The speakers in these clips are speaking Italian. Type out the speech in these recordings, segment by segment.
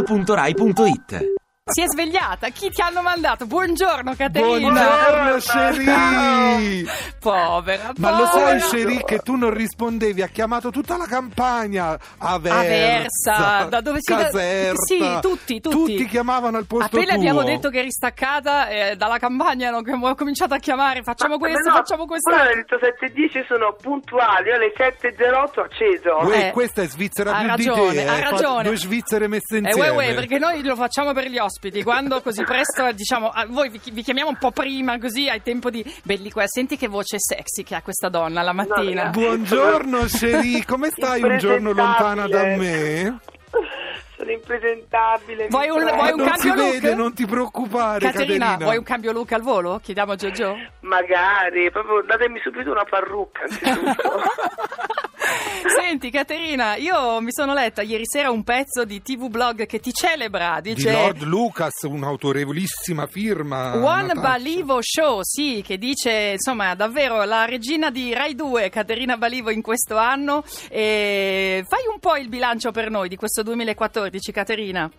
radio2pod.rai.it Si è svegliata? Chi ti hanno mandato? Buongiorno Caterina! Buongiorno Sherry! Povera, Ma lo povera. sai Sherry che tu non rispondevi, ha chiamato tutta la campagna Aversa, Aversa, da dove si Caserta. Sì, tutti, tutti. chiamavano al posto Appena tuo. abbiamo detto che eri staccata eh, dalla campagna, hanno com- ho cominciato a chiamare, Ah, facciamo Ma- questo, no, facciamo questo. Quello ha detto 7.10, sono puntuali, io alle 7.08 acceso. Uè, Eh, questa è Svizzera ha più di ragione, te, ha eh, fa- ragione. due Svizzere messe Eh, insieme. uè, uè, perché noi lo facciamo per gli ospiti, quando così presto eh, diciamo, ah, voi vi, chi- vi chiamiamo un po' prima, così hai tempo di... Belli qua, senti che voce sexy che ha questa donna la mattina. No, Buongiorno Sherry, come stai un giorno lontana da me? Sono impresentabile. Vuoi un- mi vuoi un non prego. si cambio look? vede, non ti preoccupare Caterina, Caterina. vuoi un cambio look al volo? Chiediamo a Giorgio. Magari, proprio datemi subito una parrucca. anzitutto. Senti Caterina, io mi sono letta ieri sera un pezzo di TV Blog che ti celebra, Di dice Lord Ah, Lucas, un'autorevolissima firma. One Natale. Balivo Show, sì, che dice insomma davvero la regina di Rai 2, Caterina Balivo in questo anno. E fai un po' il bilancio per noi di questo 2014 Caterina.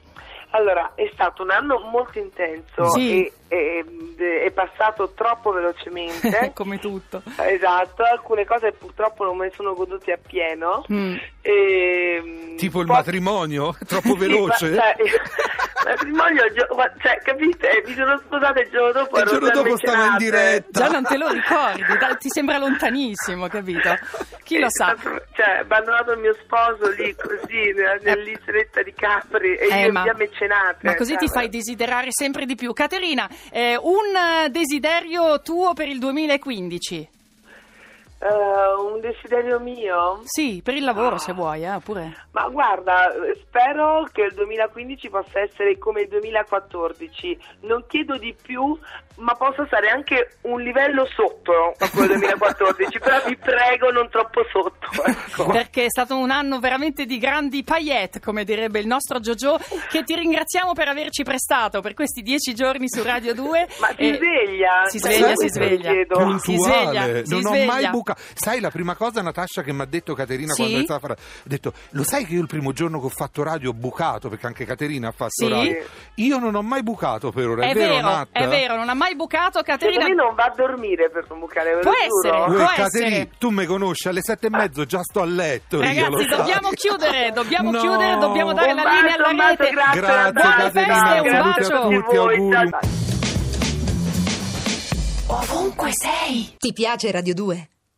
Allora, è stato un anno molto intenso Sì. e, e- è passato troppo velocemente. Eh, Come tutto. Esatto, alcune cose purtroppo non me ne sono godute appieno. Mm. Ehm, Tipo il poi- matrimonio? Troppo Sì, veloce? eh? ma- cioè, il matrimonio, il gio- ma- cioè, capite? Mi sono sposata il giorno dopo. Il ero giorno già dopo stavo in mecenate. diretta. Già non te lo ricordi, da- ti sembra lontanissimo, capito? Chi lo È sa? stato- Cioè, abbandonato il mio sposo lì così, nella- nell'isoletta di Capri e Eh, io via mecenate. ma così ti cioè, fai desiderare sempre di più. Caterina, eh, un eh, desiderio tuo per il 2015? eh, un desiderio mio? Sì, per il lavoro Ah. se vuoi, eh, oppure... Ma guarda, spero che il 2015 possa essere come il 2014. Non chiedo di più, ma possa stare anche un livello sotto a quello del 2014. però vi prego, non troppo sotto. Ecco. Perché è stato un anno veramente di grandi paillette, come direbbe il nostro Jojo, che ti ringraziamo per averci prestato per questi dieci giorni su Radio 2. Ma si Eh, sveglia? Si Cioè, sveglia, si io questo vi sveglia. chiedo. Punto. puntuale. sveglia, si non ho sveglia. mai bucato. Sai la prima cosa, Natascia, che mi ha detto Caterina Sì? quando è stata fra- ha detto: Lo sai che io il primo giorno che ho fatto radio ho bucato? Perché anche Caterina ha fatto Sì? radio. Io non ho mai bucato per ora. È, È vero, Nat? è vero, non ha mai bucato Caterina. Secondo me Cioè, non va a dormire per non bucare, ve lo Può giuro. essere. Uè, può Caterina, essere. tu mi conosci alle sette e mezzo, già sto a letto. io, lo Ragazzi, sai. dobbiamo chiudere, dobbiamo No. chiudere, dobbiamo dare Un la bacio, linea un alla bacio, rete. grazie, Grazie, Buone Natale. feste, Caterina. un Grazie bacio. a tutti, Grazie a voi, auguri. ciao. Ti piace Radio 2?